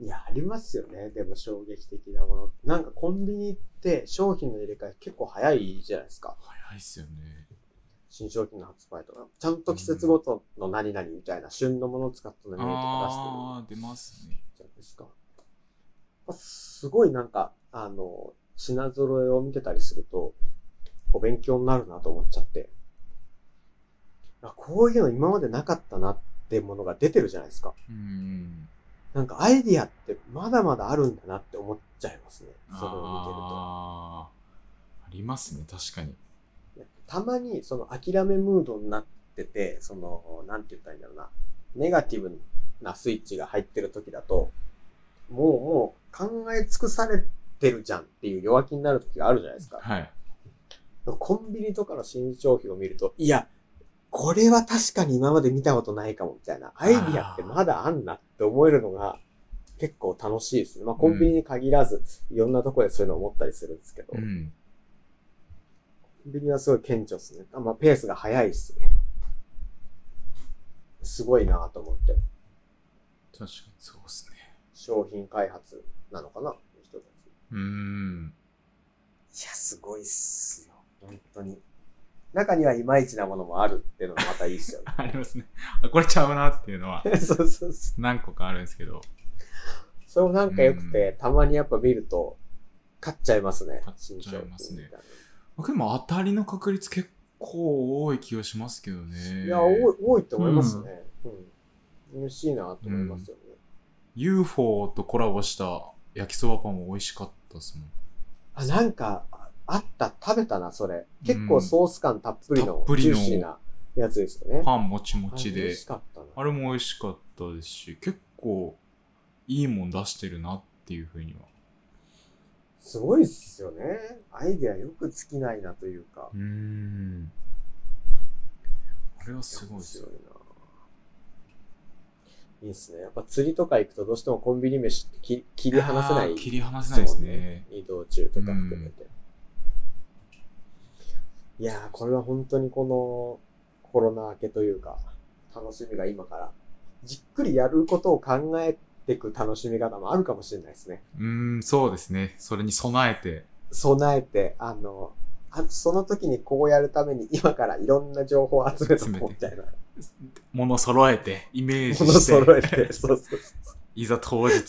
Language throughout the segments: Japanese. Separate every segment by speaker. Speaker 1: いや、ありますよね。でも衝撃的なもの。なんかコンビニって商品の入れ替え結構早いじゃないですか。
Speaker 2: 早いっすよね。
Speaker 1: 新商品の発売とか。ちゃんと季節ごとの何々みたいな、旬のものを使った何々とか
Speaker 2: ああ、出ますね。
Speaker 1: 出してるじゃないですか。まあすごいなんか、あの、品揃えを見てたりすると、お勉強になるなと思っちゃって。あこういうの今までなかったなってものが出てるじゃないですか。
Speaker 2: うん。
Speaker 1: なんかアイディアってまだまだあるんだなって思っちゃいますね。
Speaker 2: あ
Speaker 1: それを見てると。
Speaker 2: あーありますね、確かに。
Speaker 1: たまにその諦めムードになってて、その、なんて言ったらいいんだろうな。ネガティブなスイッチが入ってる時だと、もうもう考え尽くされてるじゃんっていう弱気になる時があるじゃないですか。
Speaker 2: はい。
Speaker 1: コンビニとかの新商品を見ると、いや、これは確かに今まで見たことないかもみたいな、アイディアってまだあんなって思えるのが結構楽しいですね。まあコンビニに限らず、いろんなところでそういうのを思ったりするんですけど、
Speaker 2: う
Speaker 1: コ
Speaker 2: ん。
Speaker 1: ンビニはすごい顕著ですね。あまあペースが早いですね。すごいなと思って。
Speaker 2: 確かにそうっすね。
Speaker 1: 商品開発なのかな人たち。
Speaker 2: うーん。。
Speaker 1: いや、すごいっすよ。本当に。中にはいまいちなものもあるっていうのがまたいいっすよね
Speaker 2: ありますね。あ、これちゃうなっていうのは
Speaker 1: そうそうそう。
Speaker 2: 何個かあるんですけど。
Speaker 1: それもなんか良くて、たまにやっぱ見ると、買っちゃいますね。
Speaker 2: 買っちゃいますね
Speaker 1: 新商
Speaker 2: 僕でも当たりの確率結構多い気がしますけど
Speaker 1: 品
Speaker 2: ね。
Speaker 1: いや、多い、多いと思いますね。うん。嬉しいなと思いますよね。
Speaker 2: UFO とコラボした焼きそばパンも美味しかったっすもん。
Speaker 1: あ、なんか、ああった、食べたな、それ。結構ソース感たっぷり
Speaker 2: たっ
Speaker 1: の、
Speaker 2: ぷり
Speaker 1: ジュ
Speaker 2: の
Speaker 1: ーシーなやつですよね。
Speaker 2: パンもちも
Speaker 1: あれ
Speaker 2: ち
Speaker 1: 美
Speaker 2: で
Speaker 1: 味し。かったな。
Speaker 2: あれも美味しかったですし、結構いいもん出してるなっていうふうには。
Speaker 1: すごいっすよね。アイデアよく尽きないなというか。
Speaker 2: うーん。あれはすごいですよ。
Speaker 1: 面白いないいっすね。やっぱ釣りとか行くとどうしてもコンビニ飯ってき切り離せな
Speaker 2: あー
Speaker 1: い
Speaker 2: 切り離せないです
Speaker 1: そう
Speaker 2: ね。
Speaker 1: 移動中とか含めて。いやー、これは本当にこのコロナ明けというか、楽しみが今から、じっくりやることを考えていく楽しみ方もあるかもしれないですね。
Speaker 2: うーん、そうですね。それに備えて。
Speaker 1: 備えて、あの、あその時にこうやるために今からいろんな情報を集めとこうみたいな。
Speaker 2: 物揃えて、イメージ
Speaker 1: もの揃え
Speaker 2: して、
Speaker 1: て、 そうそうそう。
Speaker 2: いざ当日っ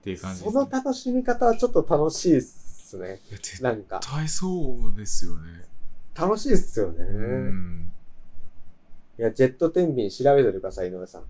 Speaker 2: ていう感じ
Speaker 1: そ
Speaker 2: です、ね。
Speaker 1: の楽しみ方はちょっと楽しいっすね。
Speaker 2: いや絶
Speaker 1: なんか、
Speaker 2: 対そうですよね。
Speaker 1: 楽しいっすよね。
Speaker 2: うん。
Speaker 1: いや、ジェット天秤調べておいてください、井上さん。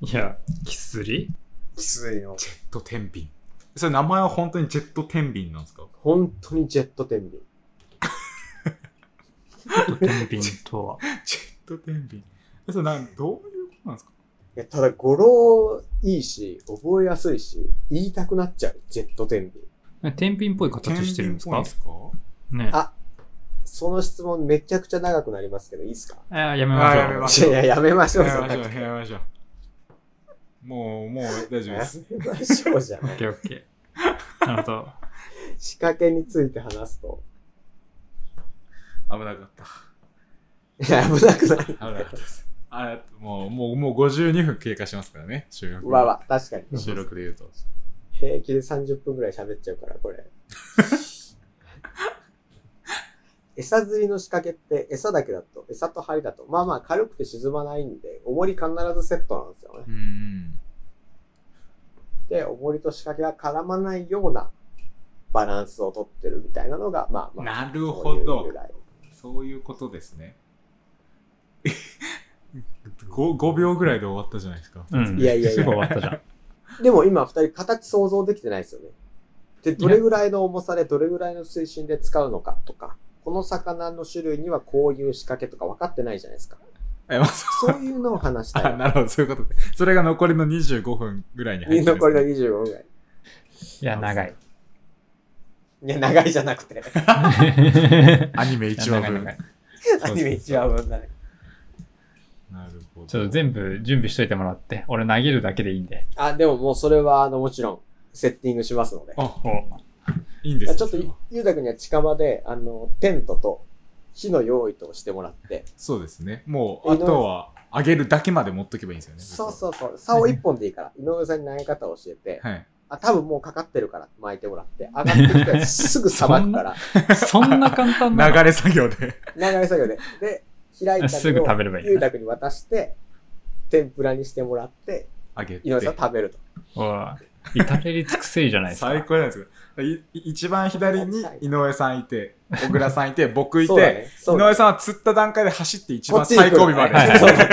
Speaker 3: いや、キスリ
Speaker 1: きついよ。
Speaker 2: ジェット天秤。それ名前は本当にジェット天秤なんですか
Speaker 1: 本当にジェット天秤。
Speaker 3: 天秤とは。
Speaker 2: ジェット天秤。それなんどういうことなんですか
Speaker 1: いや、ただ語呂いいし、覚えやすいし、言いたくなっちゃう、ジェット天秤。
Speaker 3: 天秤っぽい形してるんですか
Speaker 2: 天秤っぽいんです
Speaker 3: ね
Speaker 1: あその質問めちゃくちゃ長くなりますけど、いいっすか
Speaker 3: あ、やめまし
Speaker 2: あやめま
Speaker 3: ょ
Speaker 2: し
Speaker 1: いや、やめましょう、
Speaker 2: か
Speaker 1: そ
Speaker 2: や
Speaker 1: ん
Speaker 2: め
Speaker 1: な
Speaker 2: ましょう、やめましょう。もう、もう大丈夫です。
Speaker 1: やめましょうじゃ
Speaker 3: う。オ
Speaker 1: な
Speaker 3: ッ
Speaker 1: い
Speaker 3: ケ。ーオッケ ー。なるほど。
Speaker 1: 仕掛けについて話すと。
Speaker 2: 危なかった。
Speaker 1: いや、危なくない。
Speaker 2: 危なかったです。あもう、もう、もう52分経過しますからね、収録。
Speaker 1: わわ、確かに。
Speaker 2: 収録で言うと。
Speaker 1: 平気で30分ぐらい喋っちゃうから、こ れ。餌釣りの仕掛けって餌だけだと、餌と針だと、まあまあ軽くて沈まないんで、重り必ずセットなんですよね
Speaker 2: う。ん。
Speaker 1: で、重りと仕掛けが絡まないようなバランスをとってるみたいなのが、まあまあ。
Speaker 2: なるほど
Speaker 1: こういう由来
Speaker 2: そういうことですね。5, 5秒ぐらいで終わったじゃないですか。
Speaker 3: うん。
Speaker 1: いやいやいや
Speaker 3: すぐ終わったじゃん。
Speaker 1: でも今二人形想像できてないですよね。で、どれぐらいの重さでどれぐらいの水深で使うのかとか、この魚の種類にはこういう仕掛けとか分かってないじゃないですか。
Speaker 2: え、まあ、
Speaker 1: そういうのを話したい
Speaker 2: あ
Speaker 1: な。
Speaker 2: なるほど、そういうことで。それが残りの25分ぐらいに入ってるんです
Speaker 1: 残
Speaker 2: ね
Speaker 1: りの25ぐらい。
Speaker 3: いや、長い。
Speaker 1: いや、長いじゃなくて。
Speaker 2: アニメ1話
Speaker 3: 長い
Speaker 2: 分
Speaker 3: 長。い
Speaker 1: アニメ一話分だね。
Speaker 2: なるほど。
Speaker 3: ちょっと全部準備しといてもらって、俺投げるだけでいいんで。
Speaker 1: あ、でももうそれは、あの、もちろん、セッティングしますので。
Speaker 2: あ、
Speaker 3: お
Speaker 2: いいんで
Speaker 1: あ
Speaker 2: す
Speaker 1: ちょっと
Speaker 2: それは、
Speaker 1: ゆうたくんには近場で、あの、テントと、火の用意としてもらって、
Speaker 2: そうですね。も
Speaker 1: え
Speaker 2: う、あとは、上げるだけまで持っとけばいいんですよね。
Speaker 1: そうそうそう。竿一本でいいから、井上さんに投げ方を教えて、
Speaker 2: う。はい。
Speaker 1: あ、多分もうかかってるから巻いてもらって、上がってきたらすぐさばくから、
Speaker 3: そんな簡単なの
Speaker 2: 流れ作業 で。
Speaker 1: 流れ作業で。で、開いた
Speaker 3: すぐ
Speaker 1: のを
Speaker 3: 食べればいい
Speaker 1: ゆう
Speaker 3: な。
Speaker 1: たくんに渡して、天ぷらにしてもらって、
Speaker 2: 上げて。
Speaker 1: 井上さん食べると。
Speaker 3: おい至れり尽くせりじゃないですか。
Speaker 2: 最高じゃないですか。い一番左に井上さんいて、小倉さんいて、僕いて、
Speaker 1: そうだね。そ
Speaker 2: 井
Speaker 1: うだ
Speaker 2: 上
Speaker 1: ね。
Speaker 2: さんは釣った段階で走って一
Speaker 1: こ
Speaker 2: 番
Speaker 1: っちに来
Speaker 2: 最
Speaker 1: る
Speaker 2: 後尾まで。
Speaker 1: はい
Speaker 3: はい
Speaker 2: そう
Speaker 1: はい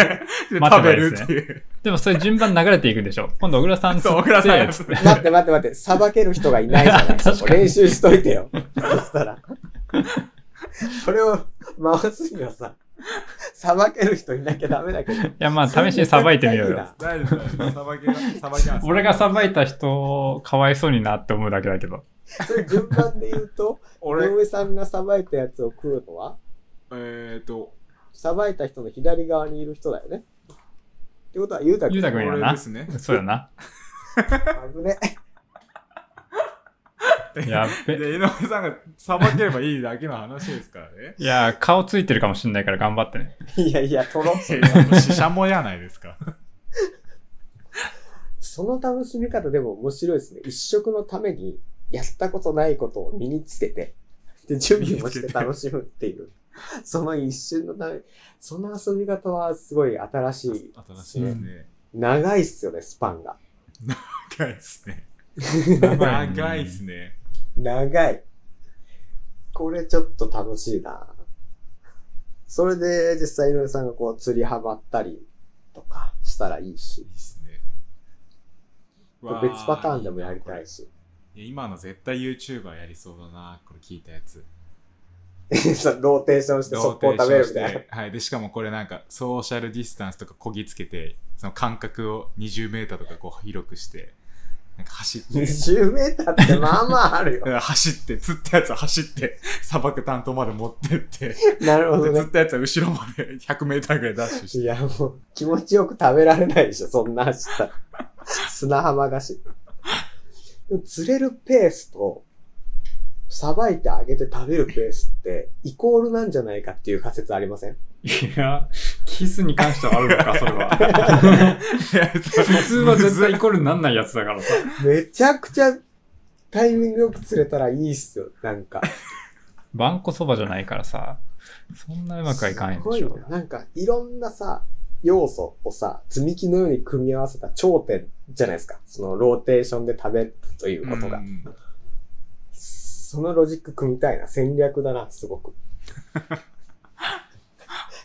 Speaker 2: で食べるっていう。
Speaker 3: でもそれ順番流れていくんでしょ。今度小倉さん釣って。
Speaker 2: そう、小倉さんやつ。
Speaker 1: 待って待って待って、さばける人がいないじゃない
Speaker 3: 確かに
Speaker 1: 練習しといてよ。そしたら。それを回すにはさ、さばける人いなきゃダメだけど。
Speaker 3: いやまあ試しにさばいてみようよ。
Speaker 2: 大丈夫大丈夫。さばけます。さばけます。
Speaker 3: 俺がさばいた人、かわいそうになって思うだけだけど。
Speaker 1: それ順番で言う と、井
Speaker 2: 俺、
Speaker 1: 上さんがさばいたやつを食うのは、
Speaker 2: えっと、
Speaker 1: さばいた人の左側にいる人だよね。ってことは、ゆうたくん。
Speaker 3: ゆうたくんや
Speaker 2: 俺
Speaker 3: な
Speaker 2: で。すね。
Speaker 3: そうやな。
Speaker 1: 危ね。
Speaker 3: やっべ。
Speaker 2: で、井上さんがさばければいいだけの話ですからね。
Speaker 3: いや、顔ついてるかもしんないから頑張ってね。
Speaker 1: いやいや、とろ。
Speaker 2: 死者もやないですか。
Speaker 1: その楽しみ方でも面白いですね。一食のためにやったことないことを身につけて、で、準備もして楽しむっていう。その一瞬のため、その遊び方はすごい新しい。
Speaker 2: 新しいですね。
Speaker 1: 長いっすよね、スパンが。
Speaker 2: 長いですね。
Speaker 3: ばいね
Speaker 2: 長いですね。
Speaker 1: 長い。これちょっと楽しいな。それで実際井上さんがこう釣りハマったりとかしたらいいし
Speaker 2: い、いですね。
Speaker 1: 別パターンでもやりたいし。
Speaker 2: いや今の絶対 YouTuber やりそうだな、これ聞いたやつ。
Speaker 1: そうローテーションして速攻食べるみたいな。
Speaker 2: はい。で、しかもこれなんか、ソーシャルディスタンスとかこぎつけて、その間隔を20メーターとかこう広くして、なんか走って、
Speaker 1: 20メーターってまあまああるよ。
Speaker 2: 走って、釣ったやつは走って、砂漠担当まで持ってって、
Speaker 1: なるほど
Speaker 2: で
Speaker 1: ね
Speaker 2: 釣。ったやつは後ろまで100メー ターぐらいダッシュして
Speaker 1: いや、もう、気持ちよく食べられないでしょ、そんな足したら。砂浜だし。でも釣れるペースと、さばいてあげて食べるペースって、イコールなんじゃないかっていう仮説ありません
Speaker 3: いや、キスに関してはあるの か、それは。普
Speaker 2: 普
Speaker 3: 通は絶対イコールになんないやつだからさ。
Speaker 1: めちゃくちゃ、タイミングよく釣れたらいいっすよ、なんか。
Speaker 3: バンコそばじゃないからさ。そんなうまくはいかんやん
Speaker 1: すご
Speaker 3: で
Speaker 1: い
Speaker 3: し
Speaker 1: な
Speaker 3: ょ。
Speaker 1: なんか、いろんなさ、要素をさ、積み木のように組み合わせた頂点じゃないですか。そのローテーションで食べるということが。そのロジック組みたいな戦略だな、すごく。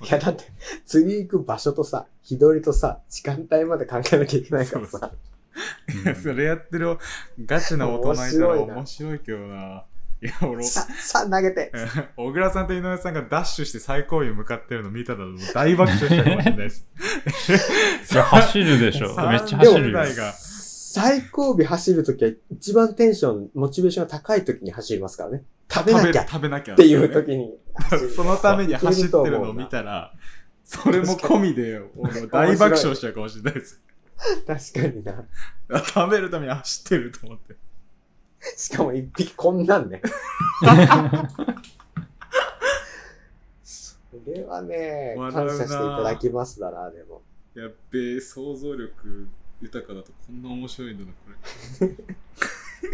Speaker 1: いや、だって、釣り行く場所とさ、日取りとさ、時間帯まで考えなきゃいけないから
Speaker 2: そうそ
Speaker 1: さ。
Speaker 2: い やそれやってるガチな大人いたら面白いけどな。いや、俺、
Speaker 1: さ、さ、投げて。
Speaker 2: 小倉さんと井上さんがダッシュして最高位向かってるの見たらもう大爆笑したかもしれないです。
Speaker 3: いや、走るでしょ。
Speaker 2: さ
Speaker 3: めっちゃ走る
Speaker 2: で
Speaker 3: よ
Speaker 2: も。が
Speaker 1: 最後尾走るときは、一番テンション、モチベーションが高いときに走りますからね。 食べなきゃっ
Speaker 2: 食べなきゃ。
Speaker 1: ていうときに走る。
Speaker 2: そのために走ってるのを見たら、それも込みで 俺も大爆笑しちゃうかもしれないです。
Speaker 1: 確かにな。
Speaker 2: 食べるために走ってると思って。
Speaker 1: しかも一匹こんなんね。それはね、
Speaker 2: 笑う
Speaker 1: 感
Speaker 2: な
Speaker 1: 謝していただきますだな、でも。
Speaker 2: やっべえ、想像力豊かだとこんな面白いんだな、こ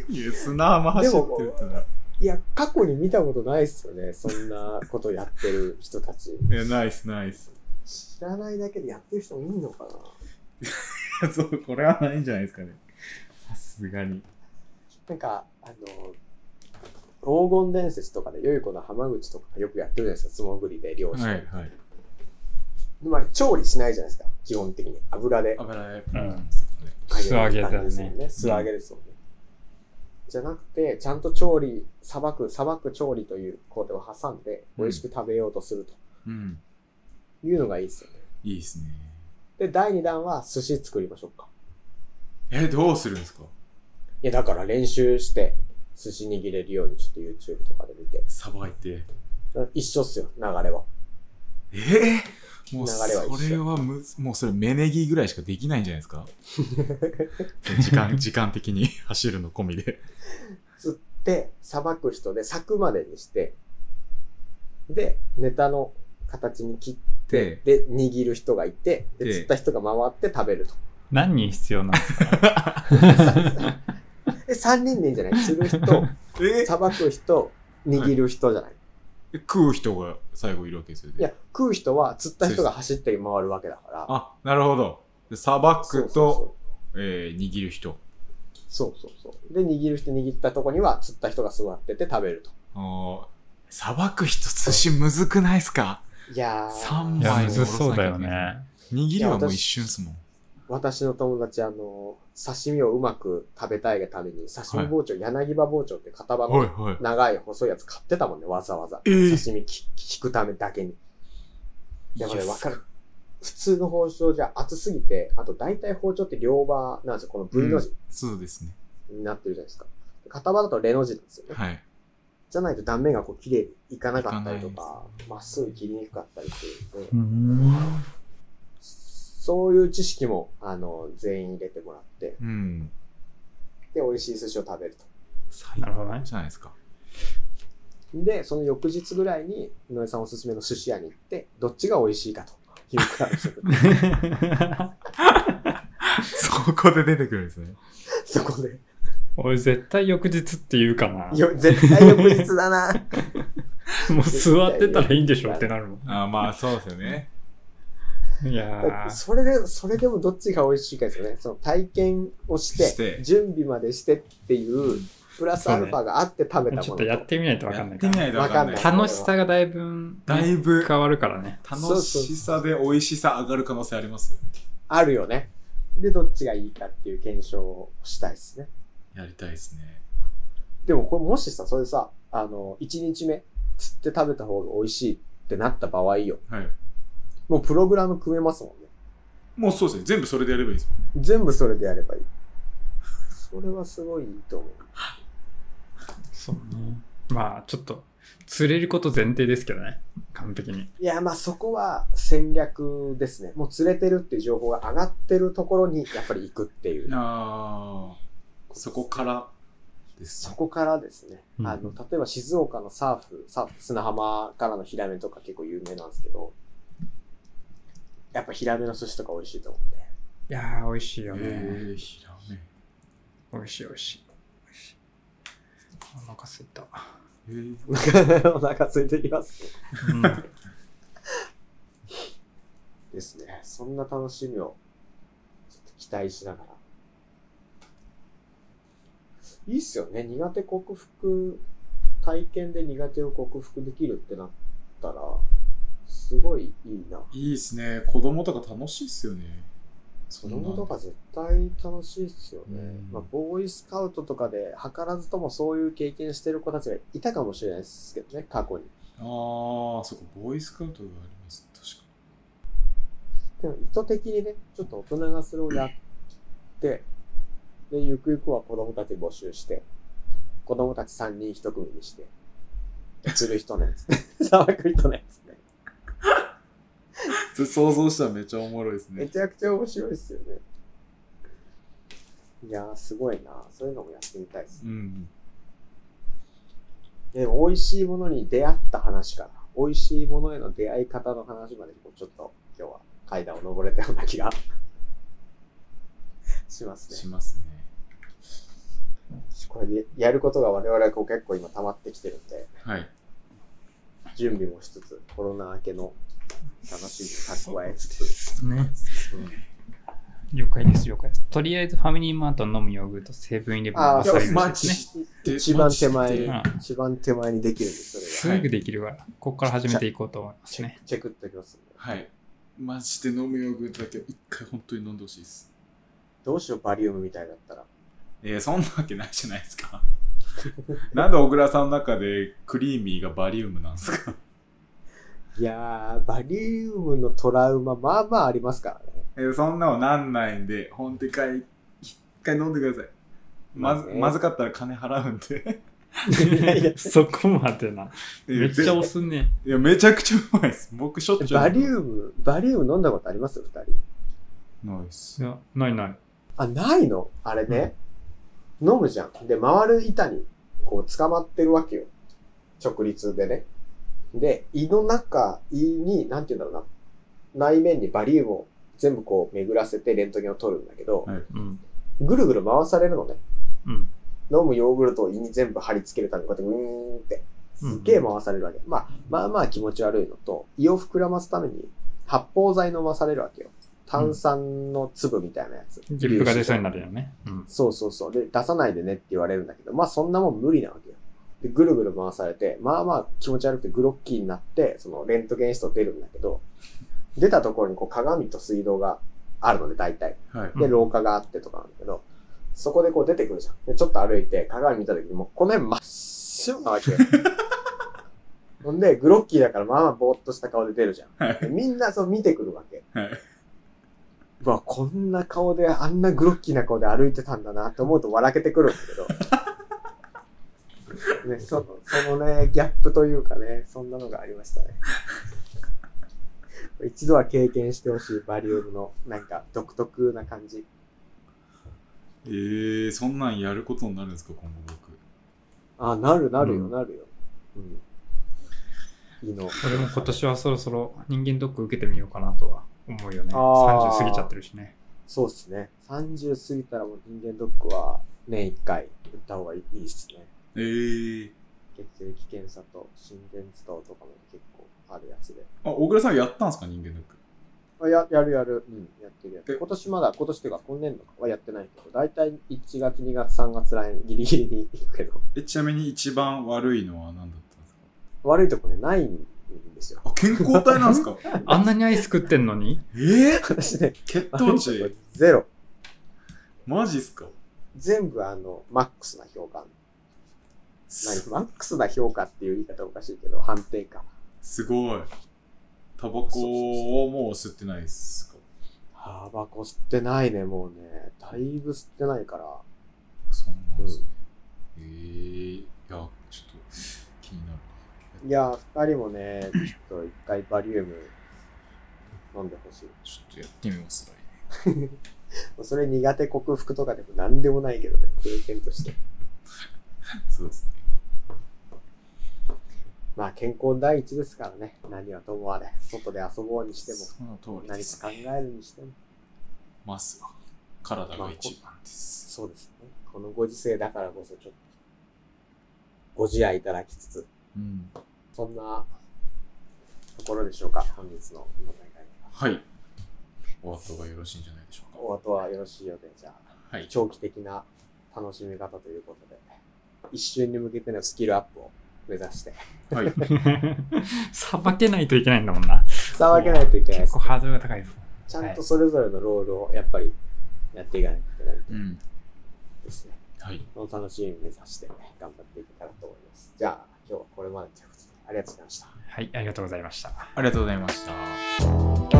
Speaker 2: れ。いや、砂浜走ってるってな。
Speaker 1: いや、過去に見たことないっすよね。そんなことやってる人たち。
Speaker 2: いや、ナイスナイス。
Speaker 1: 知らないだけでやってる人もいんのかな
Speaker 2: そう、これはないんじゃないですかね。さすがに。
Speaker 1: なんか、あの、黄金伝説とかで、良い子の浜口とかよくやってるじゃないですか。素潜りで漁師。
Speaker 2: はいはい。
Speaker 1: つまり調理しないじゃないですか。基本的に。油で
Speaker 2: 油絵。
Speaker 3: うん
Speaker 1: 素揚げ
Speaker 3: 素揚げだね
Speaker 1: ですもんね。素揚げですもんね。じゃなくて、ちゃんと調理、さばく、さばく調理という工程を挟んで、
Speaker 2: うん
Speaker 1: 美味しく食べようとすると
Speaker 2: うん。
Speaker 1: いうのがいいですよね。
Speaker 2: いいですね。
Speaker 1: で、第2弾は寿司作りましょうか。
Speaker 2: え、どうするんですか
Speaker 1: いや、だから練習して、寿司握れるようにちょっと YouTube とかで見て。
Speaker 2: さばいて。
Speaker 1: 一緒っすよ、流れは。
Speaker 2: ええもう
Speaker 1: 流
Speaker 2: そ
Speaker 1: れは一緒
Speaker 2: れはむもうそれメネギぐらいしかできないんじゃないですか 時 間時間的に 走るの込みで
Speaker 1: 釣って、さばく人で、咲くまでにして、で、ネタの形に切っ
Speaker 2: て、
Speaker 1: で、握る人がいて、で
Speaker 2: で
Speaker 1: 釣った人が回って食べると。
Speaker 3: 何人必要なんですか
Speaker 1: で、3人でいいんじゃない釣る人、
Speaker 2: え
Speaker 1: さばく人、握る人じゃない。
Speaker 2: 食う人が最後いるわけですよね。
Speaker 1: いや、食う人は釣った人が走って回るわけだから。
Speaker 2: あ、なるほど。でさば
Speaker 1: そう
Speaker 2: く
Speaker 1: そう
Speaker 2: と
Speaker 1: そ、
Speaker 2: えー握る人。
Speaker 1: う。そうそうそう。で、握る人握ったとこには釣った人が座ってて食べると。
Speaker 2: あーさばく人、寿司むずくないっすか
Speaker 1: いやー。
Speaker 2: 三
Speaker 3: いや、
Speaker 2: 枚
Speaker 3: むずそうだよね。
Speaker 2: 握りはもう
Speaker 1: いや私
Speaker 2: 一瞬っすもん。
Speaker 1: 私の友達、あの、刺身をうまく食べたいがために、刺身包丁、柳葉包丁って型番
Speaker 2: は
Speaker 1: の
Speaker 2: いはい。
Speaker 1: 長い細いやつ買ってたもんね、わざわざ。
Speaker 2: えー
Speaker 1: 刺身き引くためだけに。でもね、
Speaker 2: いや
Speaker 1: わかる。普通の包丁じゃ厚すぎて、あと大体包丁って両刃なんですよ。この V の字
Speaker 2: そうですね。
Speaker 1: になってるじゃないですか。片刃だとレの字なんですよね。
Speaker 2: はい。
Speaker 1: じゃないと断面がこう綺麗にいかなかったりと
Speaker 2: いか
Speaker 1: か、まっすぐ切りにくかったりするんで、
Speaker 3: うーん。
Speaker 1: そういう知識も、あの、全員入れてもらって、
Speaker 2: うん。
Speaker 1: で、美味しい寿司を食べると。
Speaker 2: 最
Speaker 3: なるほどね
Speaker 2: 高じゃないですか。
Speaker 1: で、その翌日ぐらいに、井上さんおすすめの寿司屋に行って、どっちが美味しいかという感じ。
Speaker 2: そこで出てくるんですね。
Speaker 1: そこで。
Speaker 3: 俺絶対翌日って言うかな。
Speaker 1: いや、絶対翌日だな。
Speaker 3: もう座ってたらいいんでしょってなるも
Speaker 2: あーまあ、そうですよね。
Speaker 3: ん。いや ー。
Speaker 1: それで、それでもどっちが美味しいかですよね。その体験をして、
Speaker 2: して
Speaker 1: 準備までしてっていう、プラスアルファがあって食べたもの
Speaker 3: ちょっとやってみないとわかんな
Speaker 2: や
Speaker 3: いか
Speaker 2: ってみ
Speaker 3: ら。
Speaker 2: ないとわかんない。
Speaker 1: わかんない
Speaker 3: 楽しさがだいぶ、
Speaker 2: だいぶ
Speaker 3: 変わるからね。
Speaker 2: 楽しさで美味しさ上がる可能性ありますよね。
Speaker 1: あるよね。で、どっちがいいかっていう検証をしたいですね。
Speaker 2: やりたいですね。
Speaker 1: でもこれもしさ、それさ、あの、1日目、釣って食べた方が美味しいってなった場合よ。
Speaker 2: はい。
Speaker 1: もうプログラム組めますもんね。
Speaker 2: もうそうですね。全部それでやればいいですもんね。
Speaker 1: 全部それでやればいい。それはすごいいいと思う。
Speaker 3: そうね。まあ、ちょっと、釣れること前提ですけどね。完璧に。
Speaker 1: いや、まあそこは戦略ですね。もう釣れてるっていう情報が上がってるところにやっぱり行くっていう。
Speaker 2: ああ、そこからです
Speaker 1: そ
Speaker 2: ね。
Speaker 1: こからですね、
Speaker 3: うん
Speaker 1: あの、例えば静岡のサーフ、サーフ、砂浜からのヒラメとか結構有名なんですけど、やっぱヒラメの寿司とか美味しいと思うんで。
Speaker 3: いやー、美味しいよね。
Speaker 2: えー、ひらめ。
Speaker 3: 美味しい美味しい。美味しいお腹すいた。
Speaker 2: えー、
Speaker 1: お腹空いてきますね。
Speaker 3: うん
Speaker 1: ですね。そんな楽しみを、ちょっと期待しながら。いいっすよね。苦手克服、体験で苦手を克服できるってなったら、すごいいいな。
Speaker 2: いいですね。子供とか楽しいっすよね。そ
Speaker 1: 子
Speaker 2: んな
Speaker 1: 供とか絶対楽しいっすよね。
Speaker 2: うん
Speaker 1: まあ、ボーイスカウトとかで、図らずともそういう経験してる子たちがいたかもしれないですけどね、過去に。
Speaker 2: ああ、そこ、ボーイスカウトがあります。確か
Speaker 1: でも意図的にね、ちょっと大人がそれをやって、で、ゆくゆくは子供たち募集して、子供たち3人1組にして、釣る人のやつね、 さばく人のやつね。
Speaker 2: に。想像したらめっちゃおもろいです
Speaker 1: め
Speaker 2: ね。
Speaker 1: ちゃくちゃ面白いですよね。いやー、すごいなそういうのもやってみたいです。
Speaker 2: うん。
Speaker 1: でも美味しいものに出会った話から、美味しいものへの出会い方の話まで、こうちょっと今日は階段を登れたような気がしますね。
Speaker 2: しますね。
Speaker 1: これでやることが我々はこう結構今溜まってきてるんで、
Speaker 2: はい。
Speaker 1: 準備もしつつ、コロナ明けの楽しみを蓄えつ
Speaker 2: そうで
Speaker 1: つ、
Speaker 2: す
Speaker 3: ね
Speaker 2: そうね
Speaker 3: 了解です、了解です。とりあえずファミリーマート飲むヨーグルト、セブンイレブン
Speaker 1: あー
Speaker 3: のアサリ
Speaker 2: いやマ
Speaker 3: で
Speaker 2: ジ
Speaker 3: すね。
Speaker 2: で
Speaker 1: 一番手
Speaker 2: マ
Speaker 1: 前
Speaker 2: ジ
Speaker 1: に
Speaker 2: で
Speaker 3: うん、
Speaker 1: 一番手前にできるんです、そ
Speaker 3: す
Speaker 1: れが。
Speaker 3: ぐできるから、ここから始めていこうと思います
Speaker 1: チェッ
Speaker 3: ね。
Speaker 1: ク、チェックっておきますんで。
Speaker 2: はい。マジで飲むヨーグルトだけ一回本当に飲んでほしいです。
Speaker 1: どうしよう、バリウムみたいだったら。
Speaker 2: えー、そんなわけないじゃないです か。なんで小倉さんの中でクリーミーがバリウムなんですか
Speaker 1: いやー、バリウムのトラウマ、まあまあありますからね。
Speaker 2: えー、そんなのなんないんで、ほんと一回、一回飲んでください。まず
Speaker 1: まあね
Speaker 2: まずかったら金払うん で。
Speaker 1: いやいや
Speaker 3: そこまでな。
Speaker 2: いや
Speaker 3: めっちゃ押すね。
Speaker 2: いや、めちゃくちゃうまいです。僕しょっちゅう。
Speaker 1: バリウム、バリウム飲んだことあります二人。
Speaker 2: ないっす
Speaker 3: い。や、ないない。
Speaker 1: あ、ないのあれね。飲むじゃん。で、回る板に、こう、捕まってるわけよ。直立でね。で、胃の中、胃に、なんて言うんだろうな。内面にバリウムを全部こう巡らせてレントゲンを取るんだけど、
Speaker 2: はい
Speaker 3: うん。
Speaker 1: ぐるぐる回されるのね。
Speaker 3: うん。
Speaker 1: 飲むヨーグルトを胃に全部貼り付けるためにこうやってウーンって、すっげえ回されるわけ。まあ、まあまあ気持ち悪いのと、胃を膨らますために発泡剤飲まされるわけよ。炭酸の粒みたいなやつ。
Speaker 3: ゲップが出そうになるよね。うん。
Speaker 1: そうそうそう。で、出さないでねって言われるんだけど、まあそんなもん無理なわけよ。で、ぐるぐる回されて、まあまあ気持ち悪くてグロッキーになって、そのレントゲン室を出るんだけど、出たところにこう鏡と水道があるので、大体。
Speaker 2: はい。
Speaker 1: で、
Speaker 3: うん
Speaker 1: 廊下があってとかなんだけど、そこでこう出てくるじゃん。で、ちょっと歩いて鏡見た時にもうこの辺真っ白なわ けよ。ほんで、グロッキーだからまあまあぼーっとした顔で出るじゃん。
Speaker 2: はい。
Speaker 1: でみんなそう見てくるわけ。
Speaker 2: はい。
Speaker 1: うわ、こんな顔で、あんなグロッキーな顔で歩いてたんだなって思うと笑けてくるんだけ ど。ね、その、そのね、ギャップというかね、そんなのがありましたね。一度は経験してほしいバリウムの、なんか、独特な感じ。
Speaker 2: えー、そんなんやることになるんですか、今後僕。
Speaker 1: あ、なるなるよ、
Speaker 3: うん
Speaker 1: なるよ。うん。いいの。
Speaker 3: 俺も今年はそろそろ人間ドック受けてみようかなとは思うよね。
Speaker 1: あー
Speaker 3: 30過ぎちゃってるしね。
Speaker 1: そうっすね。30過ぎたらもう人間ドックは、年1回、打った方がいいっすね。
Speaker 2: えー。
Speaker 1: 血液検査と心電図ととかも結構あるやつで。
Speaker 2: あ、小倉さんやったんですか、人間ドック。
Speaker 1: あややるやる、うん、やってるやってる
Speaker 2: え
Speaker 1: 今年まだ、今年というか今年度はやってないけど、だいたい1月、2月、3月らへんギリギリに行くけど、
Speaker 2: え、ちなみに一番悪いのは何だったんですか
Speaker 1: 悪いとこね、ないんですよ。
Speaker 2: あ、健康体なんです か
Speaker 3: あんなにアイス食ってんのに
Speaker 2: えー、
Speaker 1: 私ね、
Speaker 2: 血
Speaker 1: 悪
Speaker 2: 糖
Speaker 1: いとこ
Speaker 2: 値、
Speaker 1: ゼロ。
Speaker 2: マジっすか
Speaker 1: 全部あの、マックスな評価。何マックスな評価っていう言い方おかしいけど、判定か。
Speaker 2: すごい。タバコをもう吸ってないっすか
Speaker 1: タバコ吸ってないね、もうね。だいぶ吸ってないから。
Speaker 2: そんなんすね。えー、いや、ちょっと気になる。
Speaker 1: いや、二人もね、ちょっと一回バリウム飲んでほしい。
Speaker 2: ちょっとやってみます、
Speaker 1: それ苦手克服とかでも何でもないけどね、経験として。
Speaker 2: 来年そうですね。
Speaker 1: まあ健康第一ですからね、何はともあれ、外で遊ぼうにしても、
Speaker 2: その通りで
Speaker 1: 何
Speaker 2: す
Speaker 1: か考
Speaker 2: ね。
Speaker 1: えるにしても、
Speaker 2: まずは、体が一番です。
Speaker 1: そうですね。このご時世だからこそちょっと、ご自愛いただきつつ、
Speaker 2: うん。
Speaker 1: そんなところでしょうか、本日の飲み会。
Speaker 2: はい。お後がよろしいんじゃないでしょうか。
Speaker 1: お後はよろしいようで、じゃあ、
Speaker 2: はい。
Speaker 1: 長期的な楽しみ方ということで、一瞬に向けてのスキルアップを目指して、
Speaker 2: はい。
Speaker 3: さばけないといけないんだもんな。
Speaker 1: さわけないといけないで
Speaker 3: 結
Speaker 1: す
Speaker 3: 構。ハードルが高いです。
Speaker 1: ちゃんと
Speaker 3: は
Speaker 1: それぞれのロールをやっぱりやっていかないといけない
Speaker 2: うん。
Speaker 1: ですね。
Speaker 2: はい。
Speaker 1: この楽しみを目指して頑張っていけたらと思います。じゃあ、今日はこれまでということでありがとうございました。
Speaker 3: い、はい、ありがとうございました。
Speaker 2: ありがとうございました。
Speaker 3: 「